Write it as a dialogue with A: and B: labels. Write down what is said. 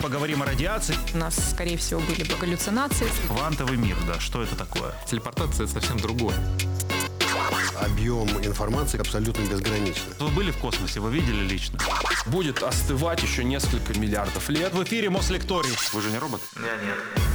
A: Поговорим о радиации.
B: У нас, скорее всего, были бы галлюцинации.
A: Квантовый мир, да, что это такое?
C: Телепортация – это совсем другое.
D: Объем информации абсолютно безграничный.
A: Вы были в космосе, вы видели лично?
E: Будет остывать еще несколько миллиардов лет.
A: В эфире Мослекторий.
C: Вы же не робот?
F: Я нет.